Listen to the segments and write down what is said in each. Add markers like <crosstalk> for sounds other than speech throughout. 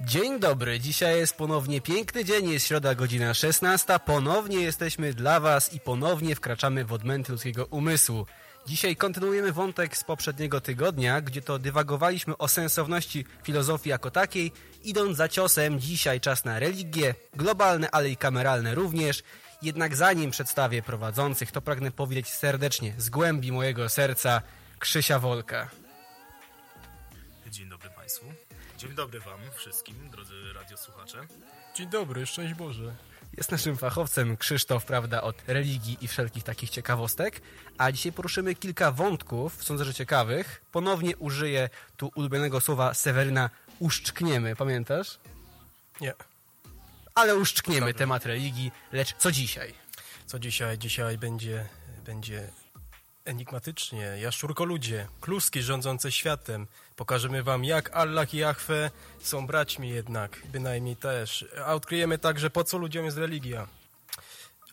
Dzień dobry, dzisiaj jest ponownie piękny dzień, jest środa godzina 16, ponownie jesteśmy dla Was i ponownie wkraczamy w odmęty ludzkiego umysłu. Dzisiaj kontynuujemy wątek z poprzedniego tygodnia, gdzie to dywagowaliśmy o sensowności filozofii jako takiej, idąc za ciosem dzisiaj czas na religie, globalne, ale i kameralne również. Jednak zanim przedstawię prowadzących, to pragnę powiedzieć serdecznie z głębi mojego serca Krzysia Wolka. Dzień dobry Państwu. Dzień dobry Wam wszystkim, drodzy radiosłuchacze. Dzień dobry, szczęść Boże. Jest naszym fachowcem Krzysztof, prawda, od religii i wszelkich takich ciekawostek. A dzisiaj poruszymy kilka wątków, sądzę, że ciekawych. Ponownie użyję tu ulubionego słowa Seweryna uszczkniemy, pamiętasz? Nie. Ale uszczkniemy temat religii, lecz co dzisiaj? Co dzisiaj? Dzisiaj będzie, będzie enigmatycznie. Jaszczurko ludzie, kluski rządzące światem. Pokażemy wam jak Allah i Jahwe są braćmi jednak, bynajmniej też. A odkryjemy także po co ludziom jest religia.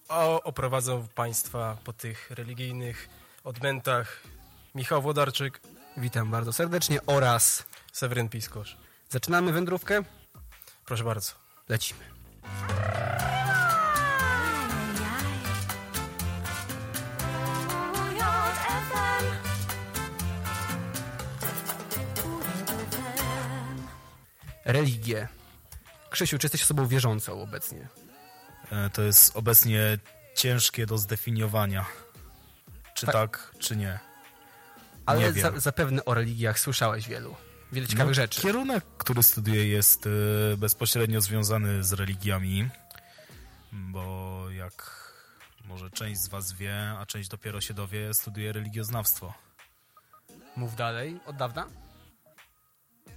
A oprowadzą państwa po tych religijnych odmętach Michał Włodarczyk, Witam bardzo serdecznie oraz Seweryn Piskosz. zaczynamy wędrówkę? Proszę bardzo. Lecimy. Religie. Krzysiu, czy jesteś osobą wierzącą obecnie? E, To jest obecnie ciężkie do zdefiniowania. Czy Tak. tak, czy nie. Ale Nie za, wiem. zapewne o religiach słyszałeś wielu. Wiele ciekawych No, rzeczy. Kierunek, który studiuję jest y, bezpośrednio związany z religiami, bo jak może część z Was wie, a część dopiero się dowie, studiuję religioznawstwo. Mów dalej. Od dawna?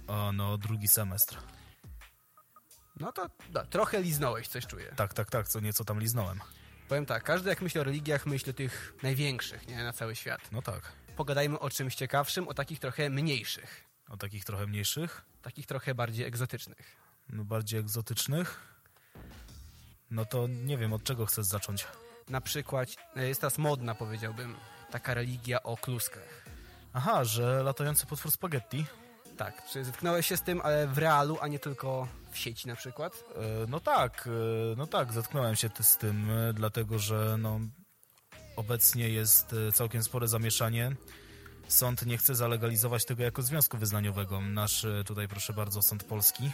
A no, drugi semestr. No to da, trochę liznąłeś, coś czuję. Tak, tak, tak, co nieco tam liznąłem. Powiem tak, każdy jak myśli o religiach, myśli o tych największych, nie? Na cały świat. No tak. Pogadajmy o czymś ciekawszym, o takich trochę mniejszych. O takich trochę mniejszych, Takich trochę bardziej egzotycznych. no bardziej egzotycznych. No to nie wiem, od czego chcesz zacząć. Na przykład e, jest teraz modna, powiedziałbym, taka religia o kluskach. Aha, że latający potwór spaghetti. E, Tak, czy zetknąłeś się z tym, ale w realu, a nie tylko w sieci na przykład? E, No tak, e, no tak, zetknąłem się ty- z tym, e, dlatego że no, obecnie jest e, całkiem spore zamieszanie. Sąd nie chce zalegalizować tego jako związku wyznaniowego. Nasz e, tutaj, proszę bardzo, sąd polski.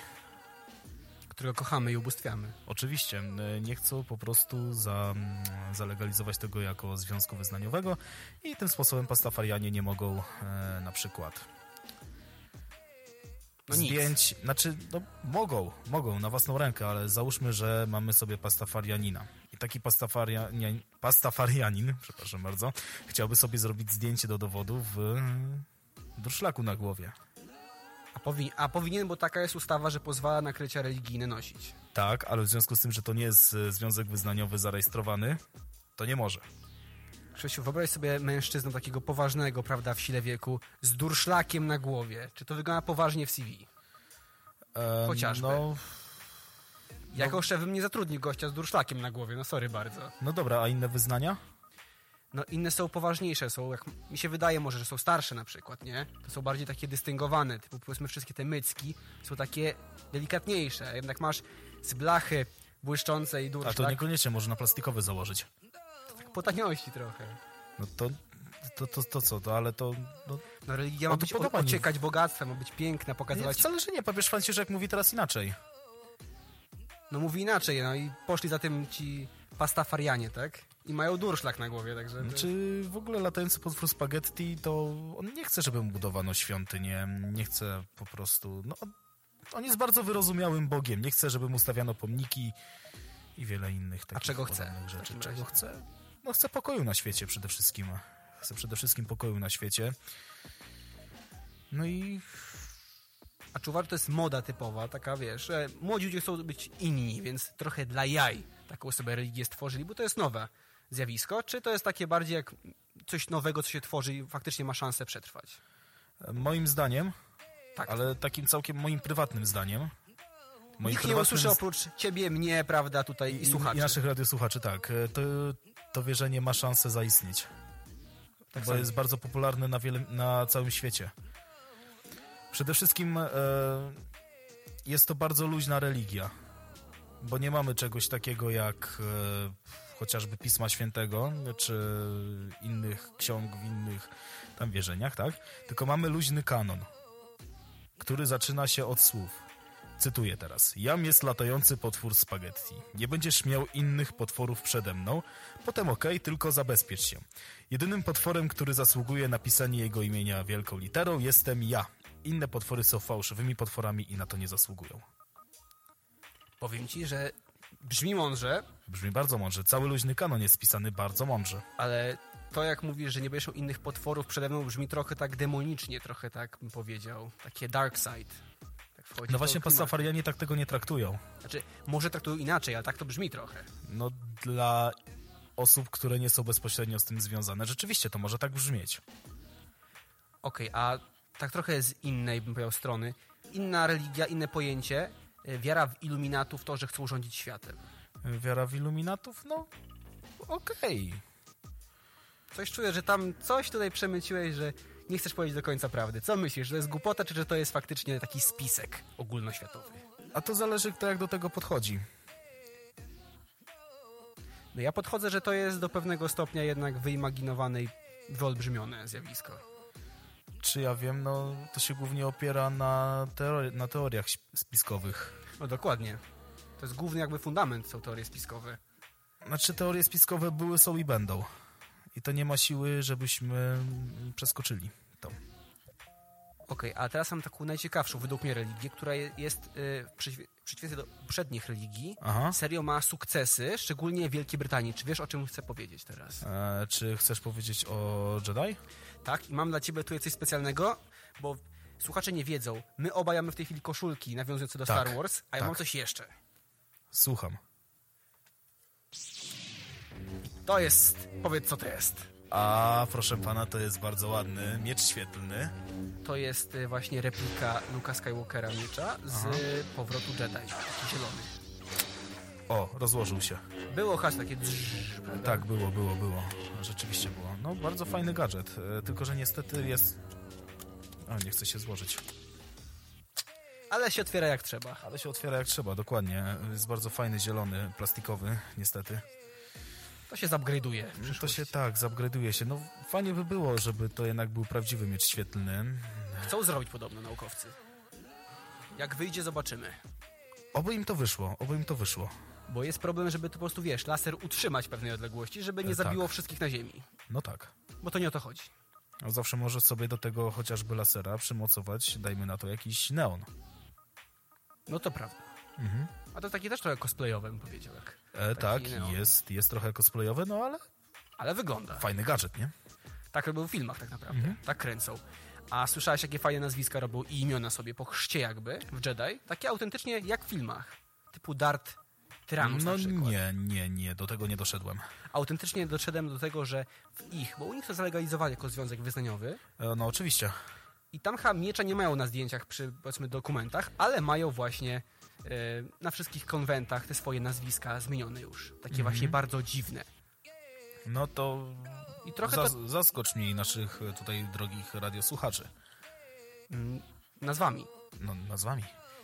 Którego kochamy i ubóstwiamy. Oczywiście, e, nie chcą po prostu za, mm, zalegalizować tego jako związku wyznaniowego i tym sposobem pastafarianie nie mogą e, na przykład No nic. zdjęć, znaczy no, mogą, mogą na własną rękę, ale załóżmy, że mamy sobie pastafarianina. I taki pastafarianin, pastafarianin <laughs> przepraszam bardzo, chciałby sobie zrobić zdjęcie do dowodu w mm, durszlaku na głowie. A, powi- a powinien, bo taka jest ustawa, że pozwala nakrycia religijne nosić. Tak, ale w związku z tym, że to nie jest e, związek wyznaniowy zarejestrowany, to nie może. Krzysiu, wyobraź sobie mężczyznę takiego poważnego, prawda, w sile wieku, z durszlakiem na głowie. Czy to wygląda poważnie w CV? E, Chociażby. No, Jako szef bym nie zatrudnił gościa z durszlakiem na głowie, no sorry bardzo. no dobra, a inne wyznania? No inne są poważniejsze, są, jak mi się wydaje może, że są starsze na przykład, nie? To są bardziej takie dystyngowane, typu powiedzmy wszystkie te mycki są takie delikatniejsze. Jednak masz z blachy błyszczącej A to durszlak niekoniecznie można plastikowy założyć. po taniości trochę. No to, to, to, to co, to, ale to... No, No religia No ma to być, podoba mi- ociekać bogactwem, ma być piękna, nie, pokazywać... wcale, że nie, papież Franciszek mówi teraz inaczej. No mówi inaczej, no i poszli za tym ci pastafarianie, tak? I mają durszlak na głowie, także... to- Czy w ogóle latający potwór spaghetti, to on nie chce, żeby mu budowano świątynię, nie chce po prostu... No, on- on jest bardzo wyrozumiałym Bogiem, nie chce, żeby mu stawiano pomniki i wiele innych takich czego chce podobnych w rzeczy. takim Czego razie? chce? No chce pokoju na świecie przede wszystkim. Chce przede wszystkim pokoju na świecie. No i A czuwar to jest moda typowa, taka wiesz, że młodzi ludzie chcą być inni, więc trochę dla jaj taką sobie religię stworzyli, bo to jest nowe zjawisko. Czy to jest takie bardziej jak coś nowego, co się tworzy i faktycznie ma szansę przetrwać? Moim zdaniem, Tak. ale takim całkiem moim prywatnym zdaniem. Moim Nikt nie prywatnym usłyszy z- oprócz ciebie, mnie, prawda, tutaj i, słuchaczy. I naszych radiosłuchaczy, tak. E, To, to wierzenie ma szansę zaistnieć. Tak bo samo. jest bardzo popularne na, wiele, na całym świecie. Przede wszystkim e, jest to bardzo luźna religia, bo nie mamy czegoś takiego jak e, chociażby Pisma Świętego czy innych ksiąg w innych tam wierzeniach, tak? Tylko mamy luźny kanon, który zaczyna się od słów. Cytuję teraz. Jam jest latający potwór spaghetti. Nie będziesz miał innych potworów przede mną. Potem okej, tylko zabezpiecz się. Jedynym potworem, który zasługuje na pisanie jego imienia wielką literą, jestem ja. Inne potwory są fałszywymi potworami i na to nie zasługują. Powiem ci, że brzmi mądrze, Brzmi bardzo mądrze. Cały luźny kanon jest pisany bardzo mądrze. ale to jak mówisz, że nie będziesz miał innych potworów przede mną brzmi trochę tak demonicznie, trochę tak bym powiedział. Takie dark side. Tak wchodzi w No to właśnie klimat. pastafarianie tak tego nie traktują. Znaczy, może traktują inaczej, ale tak to brzmi trochę. No dla osób, które nie są bezpośrednio z tym związane. Rzeczywiście to może tak brzmieć. Okej, a tak trochę z innej, bym powiedział, strony. Inna religia, inne pojęcie. y, Wiara w iluminatów, to, że chcą rządzić światem. Wiara w iluminatów? No okej. Coś czuję, że tam coś tutaj przemyciłeś, że nie chcesz powiedzieć do końca prawdy. Co myślisz, że to jest głupota, czy że to jest faktycznie taki spisek ogólnoświatowy? A to zależy kto jak do tego podchodzi. No ja podchodzę, że to jest do pewnego stopnia jednak wyimaginowane i wyolbrzymione zjawisko. Czy ja wiem, no to się głównie opiera na, teori- na teoriach śp- spiskowych. No dokładnie. To jest główny jakby fundament, są teorie spiskowe. Znaczy teorie spiskowe były, są i będą. I to nie ma siły, żebyśmy mm, przeskoczyli to. Okej, a teraz mam taką najciekawszą według mnie religię, która je- jest y, w przeciwie- w przeciwieństwie do poprzednich religii. Aha. Serio ma sukcesy, szczególnie w Wielkiej Brytanii. Czy wiesz, o czym chcę powiedzieć teraz? E, czy chcesz powiedzieć o Jedi? Tak, i mam dla ciebie tutaj coś specjalnego, bo słuchacze nie wiedzą. My obajamy w tej chwili koszulki nawiązujące do Tak, Star Wars, a ja tak. mam coś jeszcze. Słucham. To jest, powiedz co to jest. A, proszę pana, to jest bardzo ładny miecz świetlny. To jest y, właśnie replika Luka Skywalkera miecza z y, powrotu Jedi, taki zielony. O, rozłożył się. Było hasło takie dzrz, prawda? Tak, było, było, było. Rzeczywiście było. No, bardzo fajny gadżet. E, tylko, że niestety jest... A, nie chce się złożyć. ale się otwiera jak trzeba. Ale się otwiera jak trzeba, dokładnie. Jest bardzo fajny, zielony, plastikowy, niestety. To się zupgrade'uje w To przyszłości. się tak, zupgrade'uje się. No fajnie by było, żeby to jednak był prawdziwy miecz świetlny. Chcą zrobić podobno naukowcy. Jak wyjdzie, zobaczymy. Oby im to wyszło, oby im to wyszło. Bo jest problem, żeby to po prostu, wiesz, laser utrzymać pewnej odległości, żeby nie E, tak. zabiło wszystkich na ziemi. No tak. Bo to nie o to chodzi. No, Zawsze możesz sobie do tego chociażby lasera przymocować, dajmy na to, jakiś neon. No to prawda. Mhm. A to takie też trochę cosplayowe, bym powiedział. Jak E, tak, taki neon. jest, jest trochę cosplayowy, no ale Ale wygląda. fajny gadżet, nie? Tak robią w filmach tak naprawdę. Mhm. Tak kręcą. A słyszałeś, jakie fajne nazwiska robią i imiona sobie po chrzcie jakby w Jedi? Takie autentycznie jak w filmach. Typu Dart Tyranus No Tak, na przykład. nie, nie, nie, do tego nie doszedłem. Autentycznie doszedłem do tego, że w ich, bo u nich to zalegalizowali jako związek wyznaniowy, E, no oczywiście. I tam chyba miecza nie mają na zdjęciach przy, powiedzmy, dokumentach, ale mają właśnie e, na wszystkich konwentach te swoje nazwiska zmienione już. Takie Mhm. właśnie bardzo dziwne. No to I trochę zas- to zaskocz mi naszych e, tutaj drogich radiosłuchaczy. mm, nazwami. No nazwami.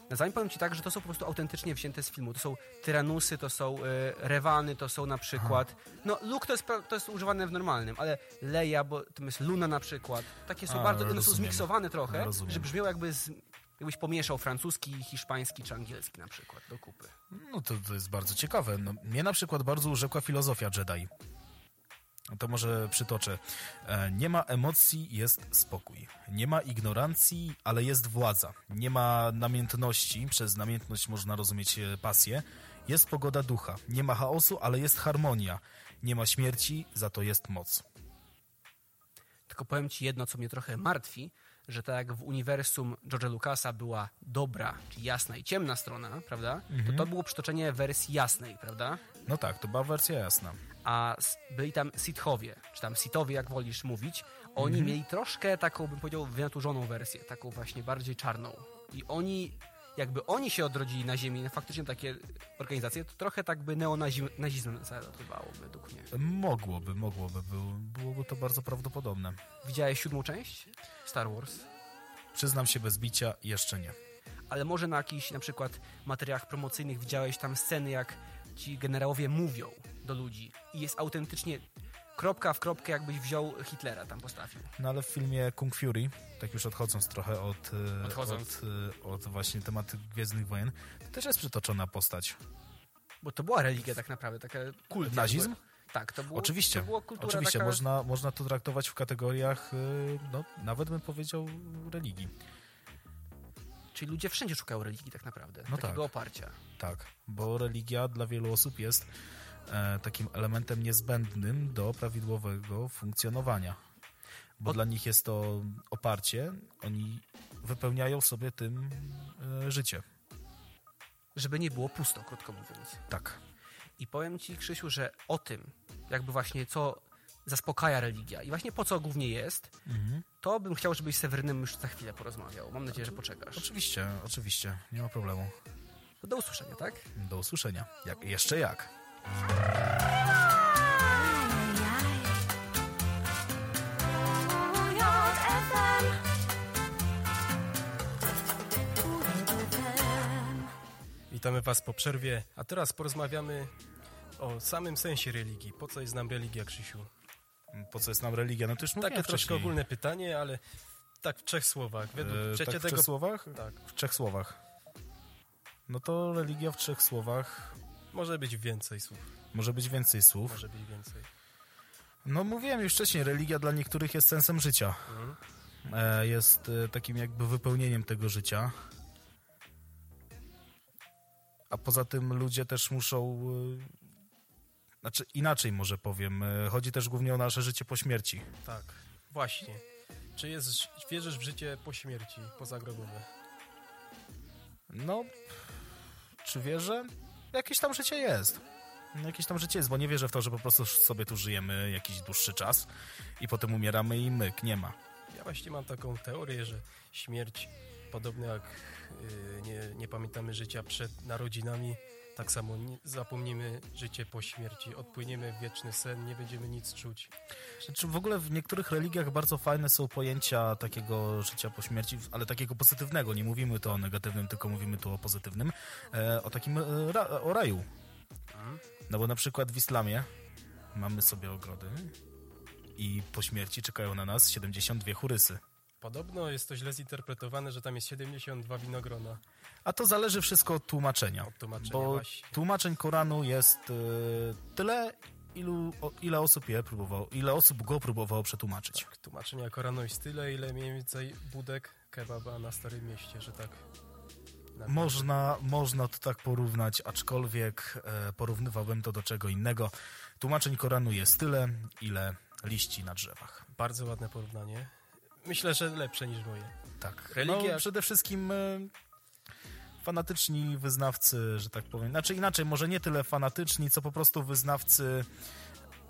Nazwami powiem ci tak, że to są po prostu autentycznie wzięte z filmu. To są tyranusy, to są e, rewany, to są na przykład... No, Luke to jest, pra- to jest używane w normalnym, ale Leia, bo tam jest Luna na przykład. Takie są A, bardzo... One są rozumiem. zmiksowane trochę, Rozumiem. że brzmią jakby z, jakbyś pomieszał francuski, hiszpański czy angielski na przykład do kupy. No to, to jest bardzo ciekawe. No, mnie na przykład bardzo urzekła filozofia Jedi. No To może przytoczę. E, Nie ma emocji, jest spokój. Nie ma ignorancji, ale jest władza. Nie ma namiętności, przez namiętność można rozumieć e, pasję. Jest pogoda ducha. Nie ma chaosu, ale jest harmonia. Nie ma śmierci, za to jest moc. Tylko powiem ci jedno, co mnie trochę martwi, że tak jak w uniwersum George'a Lucasa była dobra, czyli jasna i ciemna strona, prawda? Mhm. To to było przytoczenie wersji jasnej, prawda? No tak, to była wersja jasna. A s- byli tam Sithowie, czy tam Sithowie, jak wolisz mówić. Oni mieli troszkę taką, bym powiedział, wynaturzoną wersję, taką właśnie bardziej czarną. I oni, jakby oni się odrodzili na ziemi, na faktycznie takie organizacje, to trochę tak by neonazizm zalatywało, według mnie. Mogłoby, mogłoby. Było, byłoby to bardzo prawdopodobne. Widziałeś siódmą część Star Wars? Przyznam się bez bicia, jeszcze nie. ale może na jakichś na przykład materiałach promocyjnych widziałeś tam sceny, jak ci generałowie mówią do ludzi i jest autentycznie kropka w kropkę, jakbyś wziął Hitlera tam postawił. No ale w filmie Kung Fury, tak już odchodząc trochę od, e, Odchodząc. Od, e, od właśnie tematu Gwiezdnych Wojen, to też jest przytoczona postać. Bo to była religia tak naprawdę, taka kult. Nazizm? jakby. Tak, to było, Oczywiście, to była kultura oczywiście. taka... Można, można to traktować w kategoriach, e, no nawet bym powiedział, religii. Czyli ludzie wszędzie szukają religii tak naprawdę, No takiego tak. oparcia. Tak, bo religia dla wielu osób jest e, takim elementem niezbędnym do prawidłowego funkcjonowania. Bo Od- dla nich jest to oparcie, oni wypełniają sobie tym e, życie. Żeby nie było pusto, krótko mówiąc. Tak. I powiem ci, Krzysiu, że o tym, jakby właśnie co zaspokaja religia i właśnie po co głównie jest, to bym chciał, żebyś z Sewernym już za chwilę porozmawiał. Mam nadzieję, że poczekasz. Oczywiście, oczywiście, nie ma problemu. To do usłyszenia, tak? Do usłyszenia. Jak, jeszcze jak. Witamy Was po przerwie, a teraz porozmawiamy o samym sensie religii. Po co jest nam religia, Krzysiu? Po co jest nam religia? No to już mówiłem Takie troszkę wcześniej. ogólne pytanie, ale tak w trzech słowach. Według E, przecie tak w tego... trzech słowach? Tak, W trzech słowach. No to religia w trzech słowach. może być więcej słów, Może być więcej słów. może być więcej. No mówiłem już wcześniej, religia dla niektórych jest sensem życia. Mhm. E, Jest e, takim jakby wypełnieniem tego życia. A poza tym ludzie też muszą... e, Znaczy inaczej może powiem. e, Chodzi też głównie o nasze życie po śmierci. Tak, właśnie. Czy jest, wierzysz w życie po śmierci, pozagrobowe? No, czy wierzę? Jakieś tam życie jest. Jakieś tam życie jest, bo nie wierzę w to, że po prostu sobie tu żyjemy jakiś dłuższy czas i potem umieramy i myk, nie ma. Ja właśnie mam taką teorię, że śmierć, podobnie jak y, nie, nie pamiętamy życia przed narodzinami, tak samo nie, zapomnimy życie po śmierci, odpłyniemy w wieczny sen, nie będziemy nic czuć. Znaczy w ogóle w niektórych religiach bardzo fajne są pojęcia takiego życia po śmierci, ale takiego pozytywnego. Nie mówimy tu o negatywnym, tylko mówimy tu o pozytywnym. E, o takim e, ra, o raju. No bo na przykład w islamie mamy sobie ogrody i po śmierci czekają na nas 72 churysy. Podobno jest to źle zinterpretowane, że tam jest 72 winogrona. A to zależy wszystko od tłumaczenia. Od tłumaczenia, bo właśnie. tłumaczeń Koranu jest e, tyle, ilu, o, ile osób je próbowało, ile osób go próbowało przetłumaczyć. Tak, Tłumaczenia Koranu jest tyle, ile mniej więcej budek kebaba na Starym Mieście, że tak... na- Można, można to tak porównać, aczkolwiek e, porównywałbym to do czego innego. Tłumaczeń Koranu jest tyle, ile liści na drzewach. Bardzo ładne porównanie. Myślę, że lepsze niż moje. Tak. Religia- No, przede wszystkim e, fanatyczni wyznawcy, że tak powiem. Znaczy inaczej, może nie tyle fanatyczni, co po prostu wyznawcy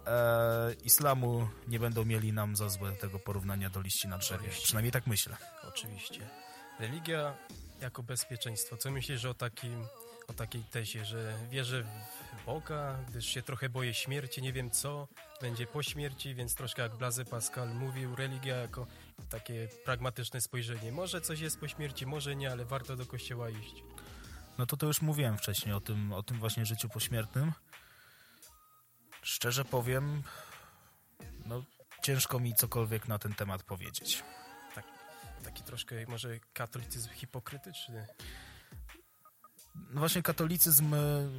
e, islamu nie będą mieli nam za złe tego porównania do liści na drzewie. liści. Przynajmniej tak myślę. Oczywiście. Religia jako bezpieczeństwo. Co myślisz o takim, o takiej tezie, że wierzę w Boga, gdyż się trochę boję śmierci, nie wiem co będzie po śmierci, więc troszkę jak Blazy Pascal mówił, religia jako takie pragmatyczne spojrzenie. Może coś jest po śmierci, może nie, ale warto do kościoła iść. No to to już mówiłem wcześniej o tym, o tym właśnie życiu pośmiertnym. Szczerze powiem, no ciężko mi cokolwiek na ten temat powiedzieć. Tak, taki troszkę może katolicyzm hipokrytyczny. No właśnie katolicyzm, y,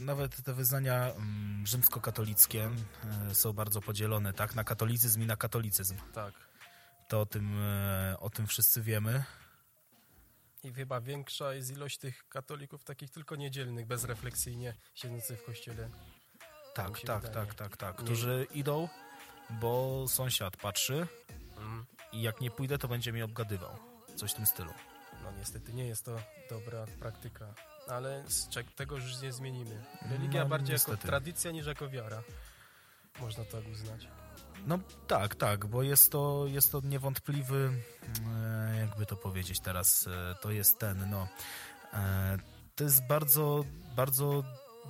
nawet te wyznania mm, rzymskokatolickie y, są bardzo podzielone, tak? Na katolicyzm i na katolicyzm. Tak. To o tym, y, o tym wszyscy wiemy. I chyba większa jest ilość tych katolików takich tylko niedzielnych, bezrefleksyjnie siedzących w kościele. Tak, Mi się tak, wydaje. tak, tak, tak. Nie. Którzy idą, bo sąsiad patrzy i jak nie pójdę, to będzie mnie obgadywał. Coś w tym stylu. No niestety nie jest to dobra praktyka, ale z czek- tego już nie zmienimy. Religia No, bardziej jako niestety. tradycja niż jako wiara. Można tak uznać. No tak, tak, bo jest to, jest to niewątpliwy, e, jakby to powiedzieć teraz, e, to jest ten, no, e, to jest bardzo, bardzo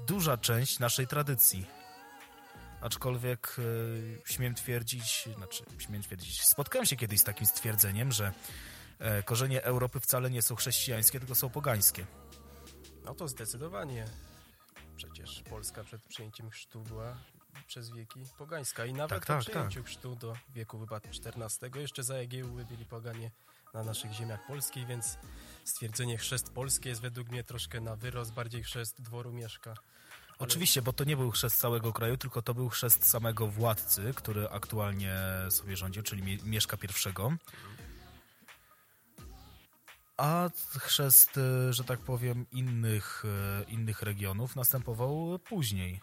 duża część naszej tradycji. Aczkolwiek e, śmiem twierdzić, znaczy śmiem twierdzić, spotkałem się kiedyś z takim stwierdzeniem, że e, korzenie Europy wcale nie są chrześcijańskie, tylko są pogańskie. No to zdecydowanie. Przecież Polska przed przyjęciem chrztu była przez wieki pogańska. I Tak, nawet po tak, przyjęciu chrztu do wieku chyba XIV jeszcze za Jagiełły byli poganie na naszych ziemiach polskich, więc stwierdzenie chrzest polski jest według mnie troszkę na wyrost, bardziej chrzest dworu mieszka. Oczywiście, bo to nie był chrzest całego kraju, tylko to był chrzest samego władcy, który aktualnie sobie rządził, czyli Mie- Mieszka I. A chrzest, e, że tak powiem, innych, e, innych regionów następował później.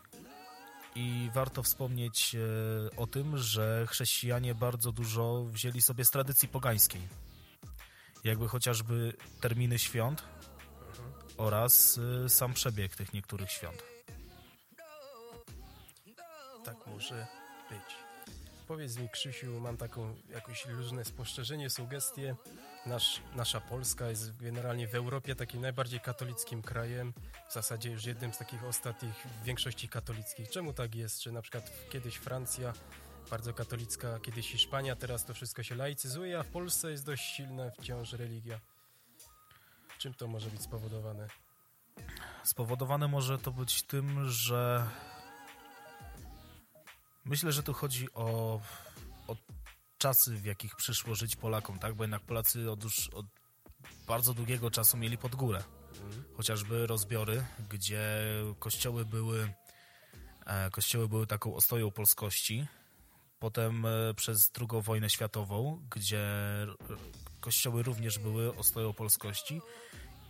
I warto wspomnieć e, o tym, że chrześcijanie bardzo dużo wzięli sobie z tradycji pogańskiej. Jakby chociażby terminy świąt oraz e, sam przebieg tych niektórych świąt. Tak może być. Powiedz mi, Krzysiu, mam taką jakieś luźne spostrzeżenie, sugestie. Nasz, nasza Polska jest generalnie w Europie takim najbardziej katolickim krajem, w zasadzie już jednym z takich ostatnich w większości katolickich. Czemu tak jest? Czy na przykład kiedyś Francja bardzo katolicka, kiedyś Hiszpania, teraz to wszystko się laicyzuje, a w Polsce jest dość silna wciąż religia. Czym to może być spowodowane? Spowodowane może to być tym, że myślę, że tu chodzi o, o czasy, w jakich przyszło żyć Polakom, tak? Bo jednak Polacy od, już, od bardzo długiego czasu mieli pod górę. Chociażby rozbiory, gdzie kościoły były, e, kościoły były taką ostoją polskości. Potem e, przez II wojnę światową, gdzie e, kościoły również były ostoją polskości.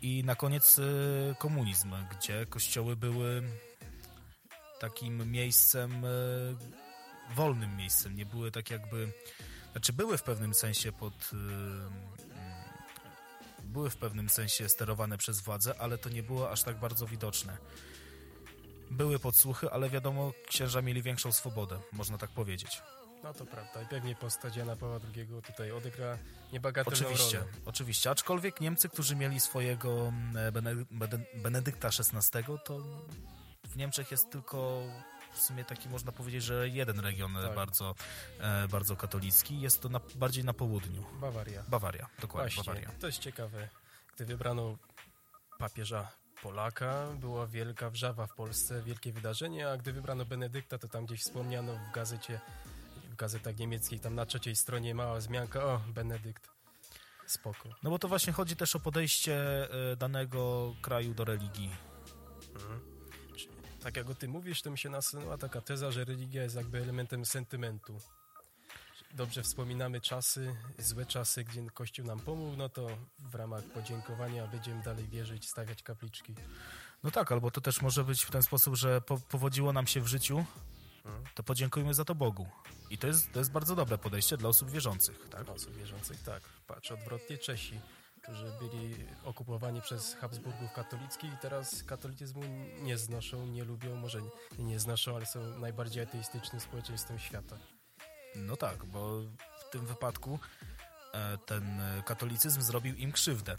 I na koniec y, komunizm, gdzie kościoły były takim miejscem, y, wolnym miejscem. Nie były tak jakby. Znaczy, były w pewnym sensie pod. y, y, Były w pewnym sensie sterowane przez władzę, ale to nie było aż tak bardzo widoczne. Były podsłuchy, ale wiadomo, księża mieli większą swobodę, można tak powiedzieć. No to prawda i pewnie postać Jana Pawła II tutaj odegra niebagatelną Oczywiście, rolę. oczywiście. Aczkolwiek Niemcy, którzy mieli swojego mm, Bene- Bene- Benedykta XVI, to w Niemczech jest tylko w sumie taki, można powiedzieć, że jeden region Tak. bardzo, e, bardzo katolicki. Jest to na, bardziej na południu. Bawaria. Bawaria, dokładnie, Właśnie, Bawaria. to jest ciekawe. Gdy wybrano papieża Polaka, była wielka wrzawa w Polsce, wielkie wydarzenie, a gdy wybrano Benedykta, to tam gdzieś wspomniano w gazecie, w gazetach niemieckich, tam na trzeciej stronie mała zmianka, o, Benedykt, spoko. No bo to właśnie chodzi też o podejście e, danego kraju do religii. Tak jak o tym mówisz, to mi się nasunęła taka teza, że religia jest jakby elementem sentymentu. Dobrze wspominamy czasy, złe czasy, gdzie Kościół nam pomógł, no to w ramach podziękowania będziemy dalej wierzyć, stawiać kapliczki. No tak, albo to też może być w ten sposób, że po, powodziło nam się w życiu, Mhm. to podziękujmy za to Bogu. I to jest, to jest bardzo dobre podejście dla osób wierzących. tak? osób wierzących, tak. Patrz, odwrotnie Czesi, którzy byli okupowani przez Habsburgów katolickich i teraz katolicyzmu nie znoszą, nie lubią, może nie, nie znoszą, ale są najbardziej ateistycznym społeczeństwem świata. No tak, bo w tym wypadku e, ten e, katolicyzm zrobił im krzywdę.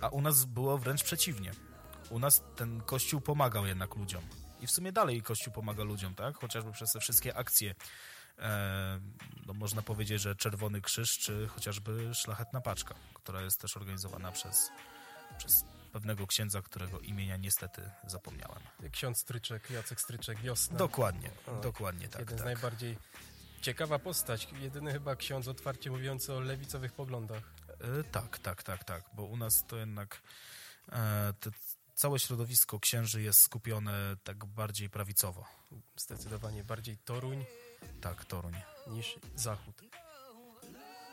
A u nas było wręcz przeciwnie. U nas ten kościół pomagał jednak ludziom. I w sumie dalej kościół pomaga ludziom, tak? Chociażby przez te wszystkie akcje. E, no można powiedzieć, że Czerwony Krzyż, czy chociażby Szlachetna Paczka, która jest też organizowana przez, przez pewnego księdza, którego imienia niestety zapomniałem. Ksiądz Stryczek, Jacek Stryczek, Wiosna. Dokładnie, O, dokładnie tak. Tak. jeden z tak. najbardziej ciekawa postać, jedyny chyba ksiądz otwarcie mówiący o lewicowych poglądach. E, Tak, tak, tak, tak, bo u nas to jednak e, te, całe środowisko księży jest skupione tak bardziej prawicowo. Zdecydowanie bardziej Toruń Tak, Toruń. niż Zachód.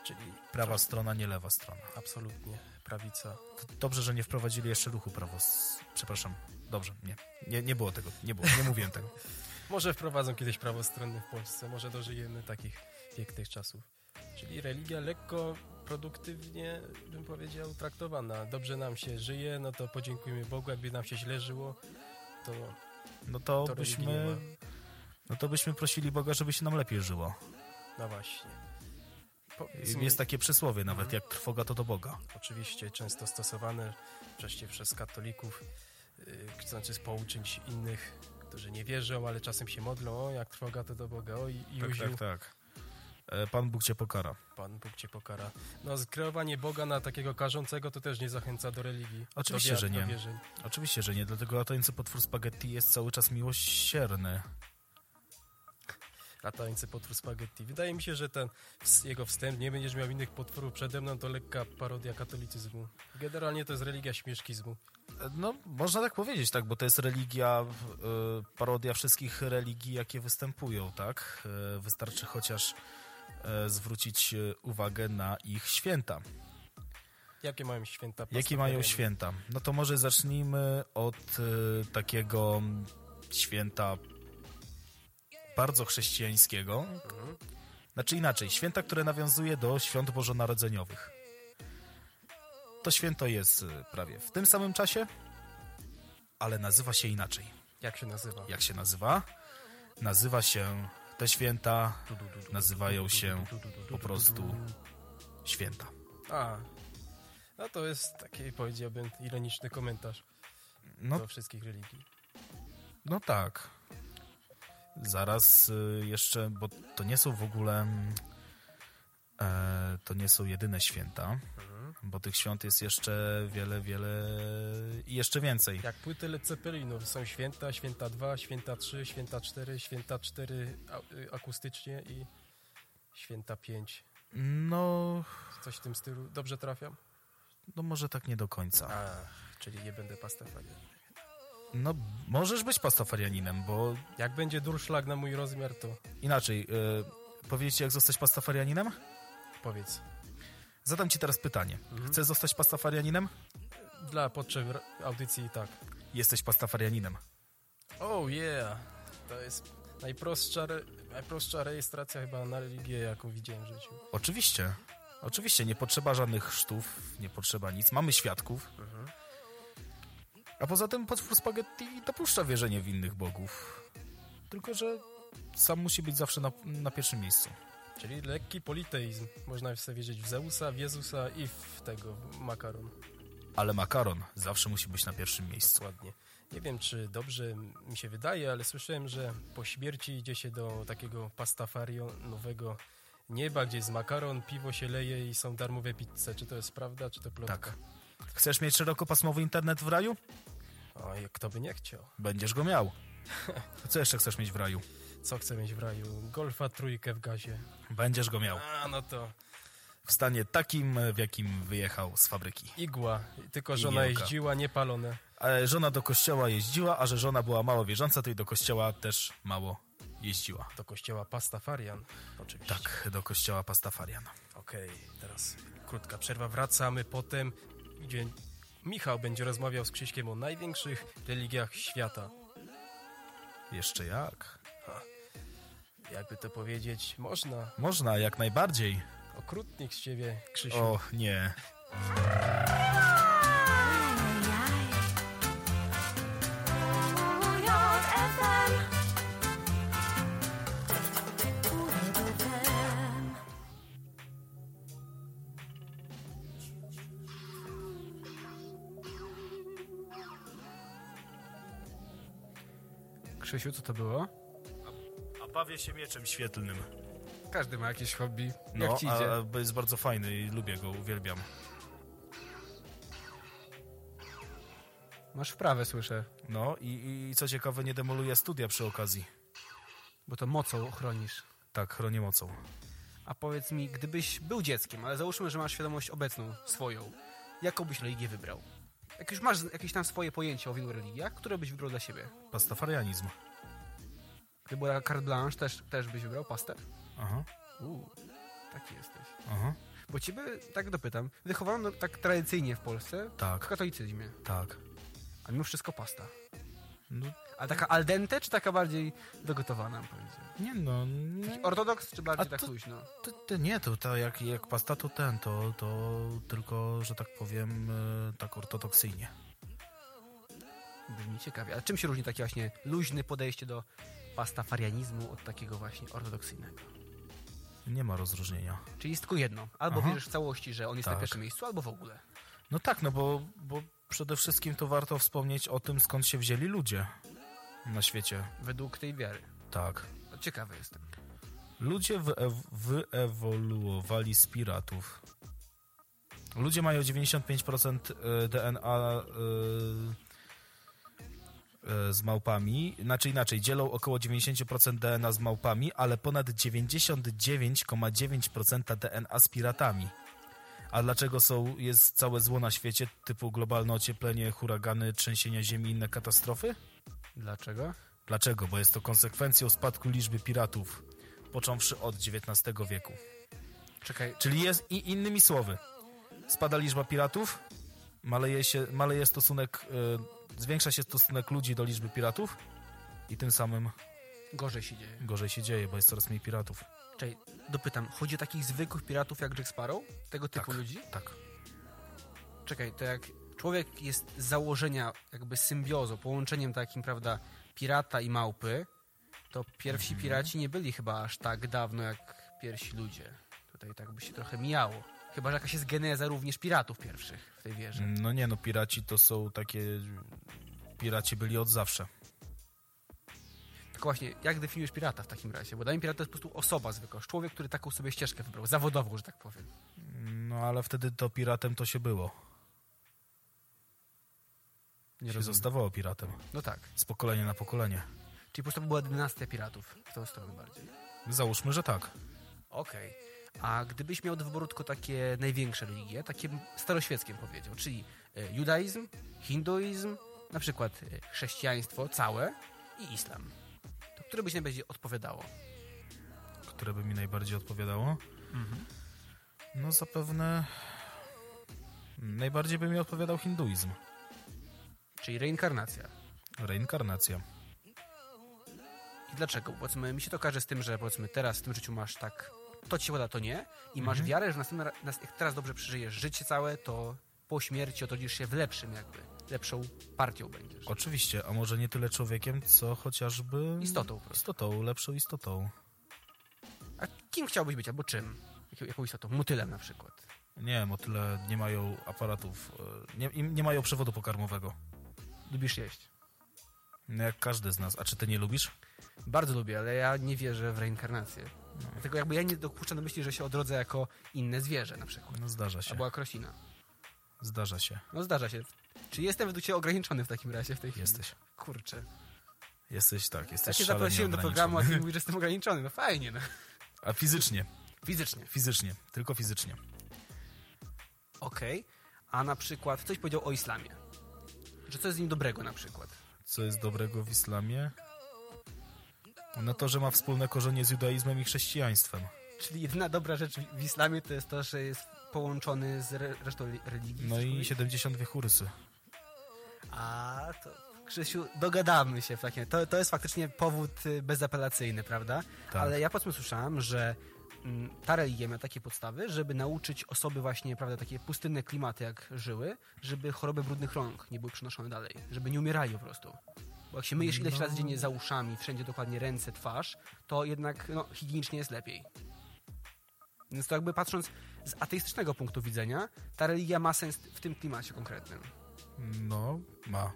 Czyli Prawa strona, nie lewa strona. absolutnie prawica D- Dobrze, że nie wprowadzili jeszcze ruchu prawo... s- Przepraszam, dobrze, nie. Nie, nie było tego, nie było, nie mówiłem tego. Może wprowadzą kiedyś prawostronny w Polsce, może dożyjemy takich pięknych czasów. Czyli religia lekko, produktywnie, bym powiedział, traktowana. Dobrze nam się żyje, no to podziękujmy Bogu, jakby nam się źle żyło, to, No to, to religii nie byśmy... ma. No to byśmy prosili Boga, żeby się nam lepiej żyło. No właśnie. Po, Jest tak- takie przysłowie nawet, jak trwoga to do Boga. oczywiście często stosowane wreszcie przez katolików, yy, chcący pouczyć innych, którzy nie wierzą, ale czasem się modlą, o jak trwoga to do Boga, o i, i Tak, Józiu. tak, tak. e, Pan Bóg cię pokara. Pan Bóg cię pokara. No, skreowanie Boga na takiego karzącego to też nie zachęca do religii. Oczywiście, do wiar, że nie. Do wierzeń. Oczywiście, że nie, dlatego latający potwór spaghetti jest cały czas miłosierny. Latający potwór spaghetti. Wydaje mi się, że ten ws- jego wstęp, nie będziesz miał innych potworów przede mną, to lekka parodia katolicyzmu. Generalnie to jest religia śmieszkizmu. E, No, można tak powiedzieć, tak, bo to jest religia, e, parodia wszystkich religii, jakie występują, tak? E, Wystarczy chociaż e, zwrócić e, uwagę na ich święta. Jakie mają święta? Jakie pastorem? mają święta? No to może zacznijmy od e, takiego święta bardzo chrześcijańskiego. Znaczy inaczej, święta, które nawiązuje do świąt bożonarodzeniowych. To święto jest e, prawie w tym samym czasie, ale nazywa się inaczej. Jak się nazywa? Jak się nazywa? Nazywa się te święta nazywają się po prostu święta. A, no to jest taki, powiedziałbym, ironiczny komentarz No do wszystkich religii. No tak. Zaraz y, jeszcze, bo to nie są w ogóle. mm, E, to nie są jedyne święta, bo tych świąt jest jeszcze wiele, wiele i jeszcze więcej. Jak płyty Led Zeppelinów. Są święta, święta 2, święta 3, święta 4, święta 4 a, y, akustycznie i święta 5. No, Coś w tym stylu. Dobrze trafiam? no może tak nie do końca. A, czyli nie będę pastafanem. No, możesz być pastafarianinem, bo Jak będzie durszlag na mój rozmiar, to inaczej. Y, powiedzieć, ci, jak zostać pastafarianinem? powiedz. Zadam ci teraz pytanie. Chcesz zostać pastafarianinem? Dla potrzeb ra- audycji i tak. Jesteś pastafarianinem. Oh yeah! To jest najprostsza, re... najprostsza rejestracja chyba na religię, jaką widziałem w życiu. Oczywiście. Oczywiście, nie potrzeba żadnych chrztów, nie potrzeba nic. Mamy świadków. A poza tym potwór spaghetti dopuszcza wierzenie w innych bogów. Tylko, że sam musi być zawsze na, na pierwszym miejscu. Czyli lekki politeizm. Można sobie wierzyć w Zeusa, w Jezusa i w tego w makaron. Ale makaron zawsze musi być na pierwszym miejscu. Dokładnie. Nie wiem, czy dobrze mi się wydaje, ale słyszałem, że po śmierci idzie się do takiego pastafario nowego nieba, gdzie jest makaron, piwo się leje i są darmowe pizze. Czy to jest prawda, czy to plotka? Tak. Chcesz mieć szerokopasmowy internet w raju? Oj, kto by nie chciał. Będziesz go miał. A co jeszcze chcesz mieć w raju? Co chcę mieć w raju? Golfa trójkę w gazie. Będziesz go miał. A, no to W stanie takim, w jakim wyjechał z fabryki. igła. Tylko że ona Igiełka. jeździła niepalone. E, żona do kościoła jeździła, a że żona była mało wierząca, to i do kościoła też mało jeździła. Do kościoła pastafarian. Oczywiście. Tak, do kościoła Pastafarian. Okej, teraz krótka przerwa. Wracamy potem, gdzie Michał będzie rozmawiał z Krzyśkiem o największych religiach świata. Jeszcze jak? Jakby to powiedzieć, można. Można, jak najbardziej. Okrutnik z ciebie, Krzysiu. O, nie. Krzysiu, co to było? A bawię się mieczem świetlnym. Każdy ma jakieś hobby. No, Jak ci idzie? a, bo jest bardzo fajny i lubię go, uwielbiam. Masz wprawę, słyszę, No i, i co ciekawe, nie demoluję studia przy okazji. bo to mocą chronisz. Tak, chronię mocą. A powiedz mi, gdybyś był dzieckiem, ale załóżmy, że masz świadomość obecną, swoją, jaką byś religię wybrał? Jak już masz jakieś tam swoje pojęcie o wielu religiach, które byś wybrał dla siebie? Pastafarianizm. Gdyby była carte blanche, też, też byś wybrał pastę? Aha, Uuu, taki jesteś. aha. Bo ciebie, tak dopytam, wychowano tak tradycyjnie w Polsce, w Tak, katolicyzmie, tak. a mimo wszystko pasta. No, A taka al dente, czy taka bardziej dogotowana, powiedzmy? nie no, nie. Ortodoks, czy bardziej A tak to- luźno? To, to nie, to, to jak, jak pasta to ten, to, to tylko, że tak powiem, e, tak ortodoksyjnie. Brzmi ciekawie. Ale czym się różni takie właśnie luźne podejście do pastafarianizmu od takiego właśnie ortodoksyjnego? Nie ma rozróżnienia. Czyli jest tylko jedno. Albo Aha. wierzysz w całości, że on jest na Mhm. Tak. pierwszym miejscu, albo w ogóle. No tak, no bo, bo przede wszystkim to warto wspomnieć o tym, skąd się wzięli ludzie na świecie. Według tej wiary. Tak. No, Ciekawy jestem. Ludzie wyew- wyewoluowali z piratów. Ludzie mają 95% e, DNA e, e, z małpami. Znaczy inaczej, dzielą około 90% DNA z małpami, ale ponad 99,9% DNA z piratami. A dlaczego są, jest całe zło na świecie, typu globalne ocieplenie, huragany, trzęsienia ziemi i inne katastrofy? Dlaczego? Dlaczego? Bo jest to konsekwencją spadku liczby piratów, począwszy od XIX wieku. Czekaj, Czyli jest i innymi słowy. Spada liczba piratów, maleje się, maleje stosunek, y, zwiększa się stosunek ludzi do liczby piratów i tym samym gorzej się dzieje. gorzej się dzieje, bo jest coraz mniej piratów. Czekaj, dopytam, chodzi o takich zwykłych piratów jak Jack Sparrow? Tego typu Tak. ludzi? Tak. Czekaj, to jak człowiek jest z założenia jakby symbiozą, połączeniem takim, prawda, pirata i małpy, to pierwsi piraci nie byli chyba aż tak dawno jak pierwsi ludzie. Tutaj tak by się trochę mijało. Chyba, że jakaś jest geneza również piratów pierwszych w tej wieży. No nie no, piraci to są takie... Piraci byli od zawsze. Tylko właśnie, jak definiujesz pirata w takim razie? Bo dla mnie pirata to jest po prostu osoba zwykła, człowiek, który taką sobie ścieżkę wybrał, zawodową, że tak powiem. No ale wtedy to piratem to się było. Nie Nie się rozumiem. zostawało piratem. No tak. Z pokolenia na pokolenie. Czyli po prostu była dynastia piratów w tą stronę bardziej. Załóżmy, że tak. Okej. A gdybyś miał do wyboru tylko takie największe religie, takie staroświeckie bym powiedział, czyli e, judaizm, hinduizm, na przykład e, chrześcijaństwo całe i islam. To które byś najbardziej odpowiadało? które by mi najbardziej odpowiadało? Mhm. No zapewne najbardziej by mi odpowiadał hinduizm, Czyli reinkarnacja. reinkarnacja. I dlaczego? Powiedzmy, mi się to każe z tym, że powiedzmy teraz w tym życiu masz tak to ci się uda, to nie i masz wiarę, że następna, ra- nas- jak teraz dobrze przeżyjesz życie całe, to po śmierci odrodzisz się w lepszym jakby, lepszą partią będziesz. Oczywiście, a może nie tyle człowiekiem, co chociażby Istotą po prostu. istotą, lepszą istotą. A kim chciałbyś być albo czym? Jaką, jaką istotą? Motylem na przykład. Nie, motyle nie mają aparatów, e, nie, im nie mają przewodu pokarmowego. Lubisz jeść? No Jak każdy z nas. A czy ty nie lubisz? Bardzo lubię, ale ja nie wierzę w reinkarnację. No. Dlatego jakby ja nie dopuszczam do myśli, że się odrodzę jako inne zwierzę na przykład. No zdarza się, Albo jak roślina. zdarza się. No zdarza się. Czy jestem według Ciebie ograniczony w takim razie w tej chwili? Jesteś. Kurczę. Jesteś tak, Ja jesteś się szalenie zaprosiłem do programu, a ograniczony. <laughs> Ty mówisz, że jestem ograniczony. No fajnie, no. A fizycznie, Fizycznie. fizycznie, tylko fizycznie. Okej. A na przykład coś powiedział o islamie. Że co jest z nim dobrego na przykład? co jest dobrego w islamie? No to, że ma wspólne korzenie z judaizmem i chrześcijaństwem. Czyli jedyna dobra rzecz w w islamie to jest to, że jest połączony z re- resztą li- religii. No Coś i powiedzieć? 72 churysy. A to Krzysiu, dogadamy się w takim. To, to jest faktycznie powód y, bezapelacyjny, prawda? Tak. Ale ja powiedzmy słyszałem, że mm, ta religia miała takie podstawy, żeby nauczyć osoby właśnie, prawda, takie pustynne klimaty jak żyły, żeby choroby brudnych rąk nie były przenoszone dalej, żeby nie umierali po prostu. Bo jak się myjesz ileś razy dziennie za uszami, wszędzie dokładnie ręce, twarz, to jednak no, higienicznie jest lepiej. Więc to jakby patrząc z ateistycznego punktu widzenia, ta religia ma sens w tym klimacie konkretnym. No, ma.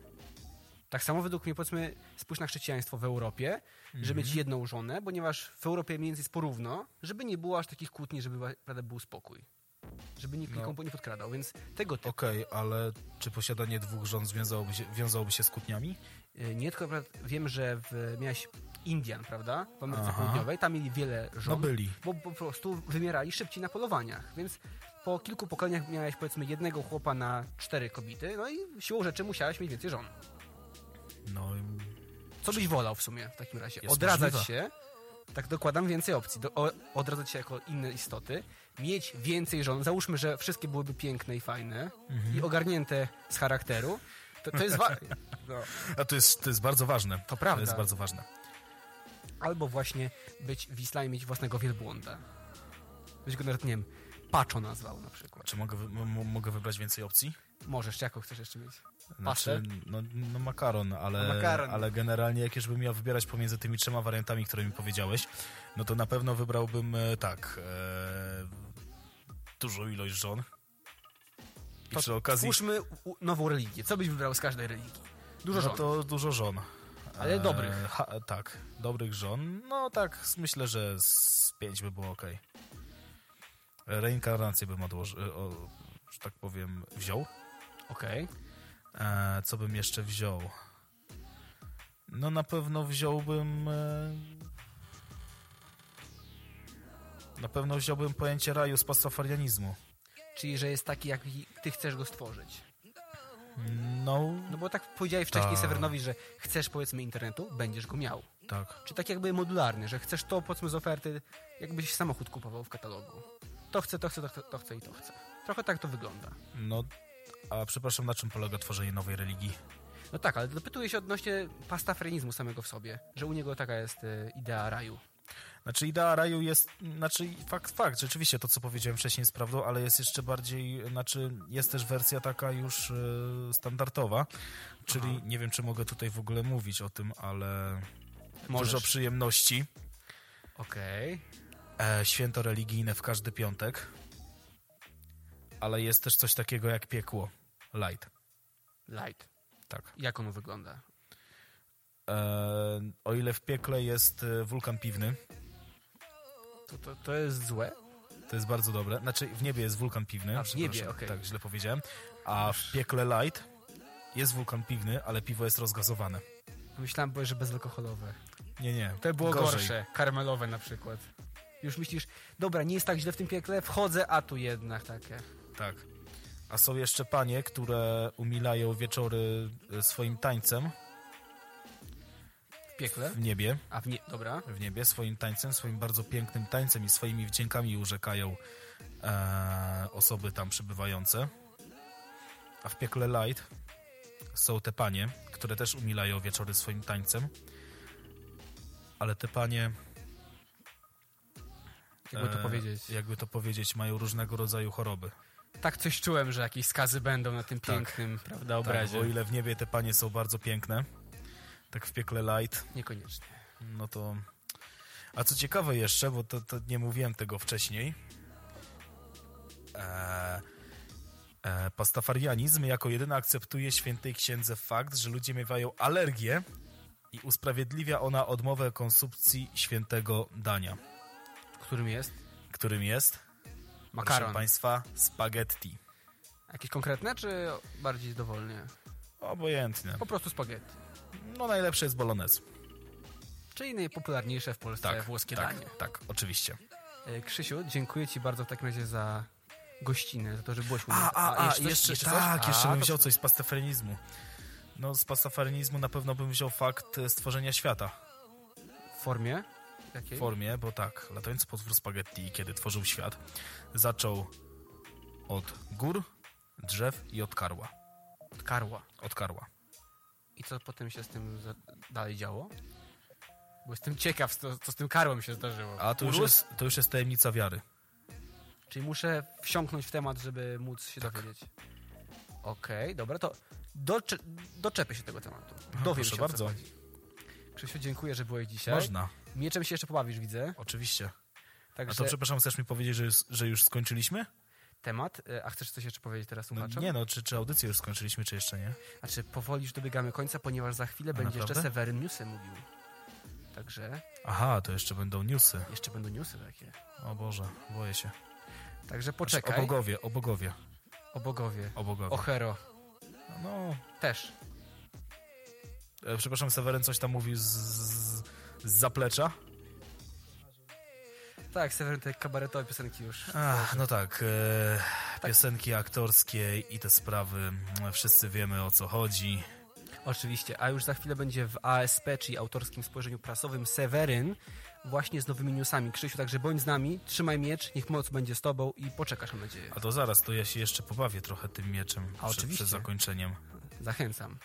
Tak samo według mnie, powiedzmy, spójrz na chrześcijaństwo w Europie, żeby Mhm. mieć jedną żonę, ponieważ w Europie mniej więcej jest porówno, żeby nie było aż takich kłótni, żeby była- prawda, był spokój. Żeby nikt No. nikomu nie podkradał, więc tego typu. Okej, ale czy posiadanie dwóch żon związałoby się, wiązałoby się z kłótniami? Y, Nie tylko prawda, wiem, że w, miałeś Indian, prawda? W Ameryce Aha. Południowej, tam mieli wiele żon. No byli. Bo po prostu wymierali szybciej na polowaniach, więc po kilku pokoleniach miałeś powiedzmy jednego chłopa na cztery kobiety, no i siłą rzeczy musiałeś mieć więcej żon. No, im- Co byś wolał w sumie w takim razie? Jest odradzać możliwe. się, tak dokładam więcej opcji, do, o, odradzać się jako inne istoty, mieć więcej żon, załóżmy, że wszystkie byłyby piękne i fajne Mhm. i ogarnięte z charakteru, to, to jest... <laughs> Wa- no. a to jest, to jest bardzo ważne. To prawda. To jest bardzo ważne. Albo właśnie być w islamie, mieć własnego wielbłąda. Byś go nawet, nie wiem, Paczo nazwał na przykład. Czy mogę, wy- m- m- mogę wybrać więcej opcji? Możesz, jaką chcesz jeszcze mieć? Paszę? Znaczy, no, no makaron, ale, No makaron. ale generalnie jak już bym miał wybierać pomiędzy tymi trzema wariantami, które mi powiedziałeś, no to na pewno wybrałbym e, tak, e, dużą ilość żon. I To przy okazji Twórzmy u- nową religię. Co byś wybrał z każdej religii? Dużo no żon. to dużo żon. Ale E, dobrych. Ha, tak, dobrych żon. No tak, s- myślę, że z pięć by było ok. Reinkarnację bym odłożył, o, że tak powiem, wziął. Okej. E, co bym jeszcze wziął? No na pewno wziąłbym. E, na pewno wziąłbym pojęcie raju z pastafarianizmu. Czyli, że jest taki, jaki ty chcesz go stworzyć. No, No bo tak powiedziałeś wcześniej Tak. Sewernowi, że chcesz powiedzmy internetu, będziesz go miał. tak. Czy tak jakby modularny, że chcesz to powiedzmy z oferty, jakbyś samochód kupował w katalogu. To chcę, to chcę, to chcę, to chcę i to chcę. Trochę tak to wygląda. No, a przepraszam, na czym polega tworzenie nowej religii? No tak, ale dopytuję się odnośnie pastafrenizmu samego w sobie, że u niego taka jest y, idea raju. Znaczy idea raju jest, znaczy fakt, fakt, rzeczywiście to, co powiedziałem wcześniej jest prawdą, ale jest jeszcze bardziej, znaczy jest też wersja taka już e, standardowa, czyli nie wiem, czy mogę tutaj w ogóle mówić o tym, ale dużo przyjemności. Okej. E, święto religijne w każdy piątek, ale jest też coś takiego jak piekło, light, Light. tak. Jak ono wygląda? E, o ile w piekle jest e, wulkan piwny, To, to, to jest złe? To jest bardzo dobre. Znaczy, w niebie jest wulkan piwny. A, w niebie, przepraszam, okej. Tak, źle powiedziałem. A w piekle light jest wulkan piwny, ale piwo jest rozgazowane. Myślałem, bo- że bezalkoholowe. Nie, nie. To było gorzej. gorsze. Karmelowe na przykład. Już myślisz, dobra, nie jest tak źle w tym piekle, wchodzę, a tu jednak takie. Tak. A są jeszcze panie, które umilają wieczory e, swoim tańcem W piekle? w niebie. A w nie... Dobra. W niebie swoim tańcem, swoim bardzo pięknym tańcem i swoimi wdziękami urzekają e, osoby tam przybywające. A w piekle light są te panie, które też umilają wieczory swoim tańcem. Ale te panie, Jakby to e, powiedzieć. jakby to powiedzieć, mają różnego rodzaju choroby. Tak coś czułem, że jakieś skazy będą na tym pięknym, prawda, obrazie. Tak, bo o ile w niebie te panie są bardzo piękne, tak w piekle light Niekoniecznie. No to. A co ciekawe jeszcze, bo to, to nie mówiłem tego wcześniej. E, e, pastafarianizm jako jedyny akceptuje świętej księdze fakt, że ludzie miewają alergię i usprawiedliwia ona odmowę konsumpcji świętego dania, Którym jest? którym jest, proszę Makaron. Państwa, spaghetti. Jakieś konkretne, czy bardziej dowolnie? Obojętne. Po prostu spaghetti. No najlepsze jest bolognese. Czyli najpopularniejsze w Polsce Tak, włoskie tak, danie. tak, oczywiście. E, Krzysiu, dziękuję Ci bardzo w takim razie za gościnę, za to, że byłeś u mnie. A, a, a, jeszcze coś? jeszcze, coś? tak, jeszcze A, bym to wziął coś z pastafarianizmu. No, z pastafarianizmu na pewno bym wziął fakt e, stworzenia świata W formie? w Jakiej? formie, bo tak, latający potwór spaghetti, kiedy tworzył świat, zaczął od gór, drzew i od karła. Od karła. Od karła. I co potem się z tym za- dalej działo? Bo jestem ciekaw, co, co z tym karłem się zdarzyło. A to już, Urósł? jest, to już jest tajemnica wiary. Czyli muszę wsiąknąć w temat, żeby móc się Tak. dowiedzieć. Okej, dobra, to docze doczepię się tego tematu. Dowiem proszę się bardzo. O co chodzi. Tak? Krzysiu, dziękuję, że byłeś dzisiaj. Można, Mieczem się jeszcze pobawisz, widzę. oczywiście. A Także to, przepraszam, chcesz mi powiedzieć, że już, że już skończyliśmy? temat. E, A chcesz coś jeszcze powiedzieć teraz No, słuchaczom? nie no, czy, czy audycję już skończyliśmy, czy jeszcze nie? Znaczy, powoli już dobiegamy końca, ponieważ za chwilę A będzie jeszcze naprawdę? Seweryn Newsy mówił. Także Aha, to jeszcze będą newsy. jeszcze będą newsy takie. O Boże, boję się. Także Znaczy, poczekaj. O bogowie, o bogowie, O bogowie. o bogowie. O hero. No, Też. E, Przepraszam, Seweryn coś tam mówił z, z, z zaplecza. Tak, Seweryn te kabaretowe piosenki już. Ach, no tak, e, piosenki aktorskie i te sprawy, m, wszyscy wiemy o co chodzi. Oczywiście, a już za chwilę będzie w ASP, czyli autorskim spojrzeniu prasowym Seweryn, właśnie z nowymi newsami. Krzysiu, także bądź z nami, trzymaj miecz, niech moc będzie z tobą i poczekasz, mam nadzieję. A to zaraz, to ja się jeszcze pobawię trochę tym mieczem A, przed, oczywiście. przed zakończeniem. Zachęcam.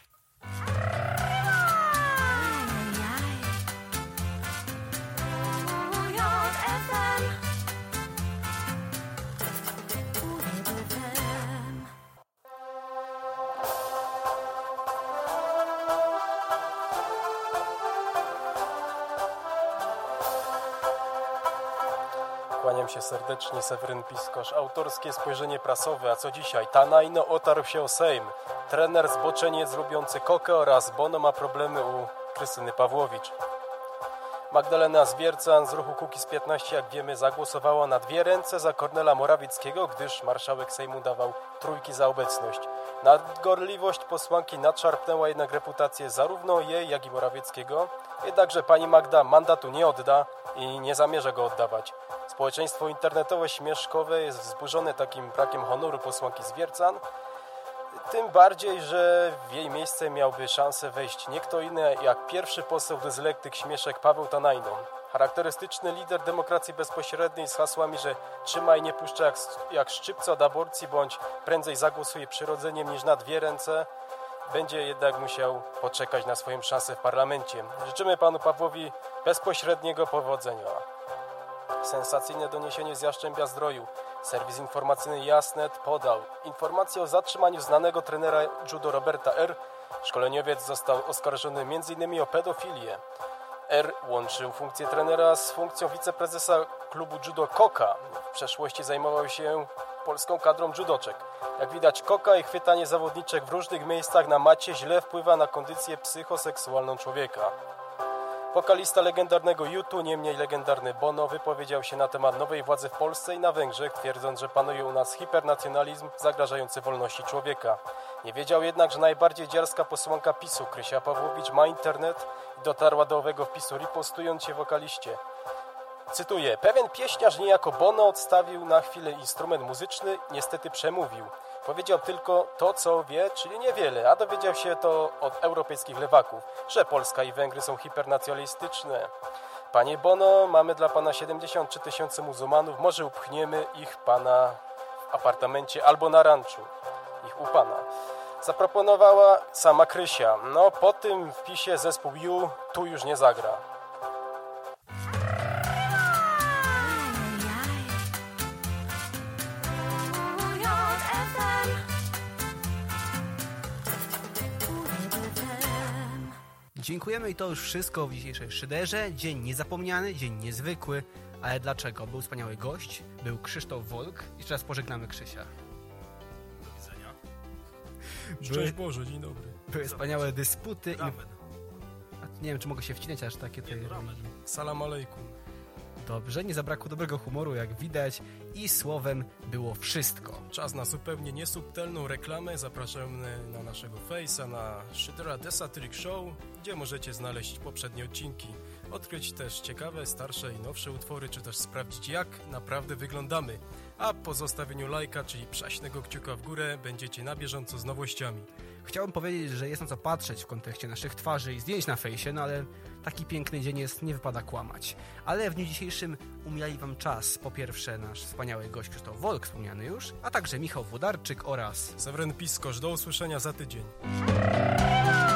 Kłaniam się serdecznie, Seweryn Piskosz. Autorskie spojrzenie prasowe, a co dzisiaj? Tanajno otarł się o Sejm. Trener zboczeniec lubiący kokę oraz Bono ma problemy u Krystyny Pawłowicz. Magdalena Zwiercan z ruchu Kukiz 15, jak wiemy, zagłosowała na dwie ręce za Kornela Morawieckiego, gdyż marszałek Sejmu dawał trójki za obecność. Nadgorliwość posłanki nadszarpnęła jednak reputację zarówno jej, jak i Morawieckiego. Jednakże pani Magda mandatu nie odda i nie zamierza go oddawać. Społeczeństwo internetowe śmieszkowe jest wzburzone takim brakiem honoru posłanki Zwiercan, tym bardziej, że w jej miejsce miałby szansę wejść nie kto inny jak pierwszy poseł dyslektyk śmieszek Paweł Tanajno. Charakterystyczny lider demokracji bezpośredniej z hasłami, że trzymaj nie puszcza jak, jak szczypca od aborcji, bądź prędzej zagłosuje przyrodzeniem niż na dwie ręce, będzie jednak musiał poczekać na swoją szansę w parlamencie. Życzymy panu Pawłowi bezpośredniego powodzenia. Sensacyjne doniesienie z Jaszczębia Zdroju. Serwis informacyjny Jasnet podał informację o zatrzymaniu znanego trenera judo Roberta R. Szkoleniowiec został oskarżony m.in. o pedofilię. R. łączył funkcję trenera z funkcją wiceprezesa klubu judo Koka. W przeszłości zajmował się polską kadrą judoczek. Jak widać, koka i chwytanie zawodniczek w różnych miejscach na macie źle wpływa na kondycję psychoseksualną człowieka. Wokalista legendarnego YouTube, niemniej legendarny Bono, wypowiedział się na temat nowej władzy w Polsce i na Węgrzech, twierdząc, że panuje u nas hipernacjonalizm zagrażający wolności człowieka. Nie wiedział jednak, że najbardziej dziarska posłanka PiSu, Krysia Pawłowicz, ma internet i dotarła do owego wpisu, ripostując się wokaliście. Cytuję, pewien pieśniarz niejako Bono odstawił na chwilę instrument muzyczny, niestety przemówił. Powiedział tylko to, co wie, czyli niewiele, a dowiedział się to od europejskich lewaków, że Polska i Węgry są hipernacjonalistyczne. Panie Bono, mamy dla pana 73 tysiące muzułmanów, może upchniemy ich pana w apartamencie albo na ranczu. Ich u pana. Zaproponowała sama Krysia. No, po tym wpisie zespół U tu już nie zagra. Dziękujemy i to już wszystko w dzisiejszej szyderze. Dzień niezapomniany, dzień niezwykły. Ale dlaczego? Był wspaniały gość, był Krzysztof Wolk. Jeszcze raz pożegnamy Krzysia. Do widzenia. Były, Boże, dzień dobry. były wspaniałe dysputy. I, Ramen. a nie wiem, czy mogę się wcinać aż takie tej Nie, no, ramen. religii. Salam alejkum. Dobrze, nie zabrakło dobrego humoru, jak widać. I słowem było wszystko. Czas na zupełnie niesubtelną reklamę. Zapraszamy na naszego Face'a, na Szydera The Satiric Show, gdzie możecie znaleźć poprzednie odcinki. Odkryć też ciekawe, starsze i nowsze utwory, czy też sprawdzić, jak naprawdę wyglądamy. A po zostawieniu lajka, czyli przaśnego kciuka w górę, będziecie na bieżąco z nowościami. Chciałbym powiedzieć, że jest na co patrzeć w kontekście naszych twarzy i zdjęć na fejsie, no ale taki piękny dzień jest, nie wypada kłamać. Ale w dniu dzisiejszym umijali wam czas. Po pierwsze nasz wspaniały gość Krzysztof Wolk, wspomniany już, a także Michał Włodarczyk oraz Sewren Piskosz, do usłyszenia za tydzień. Thank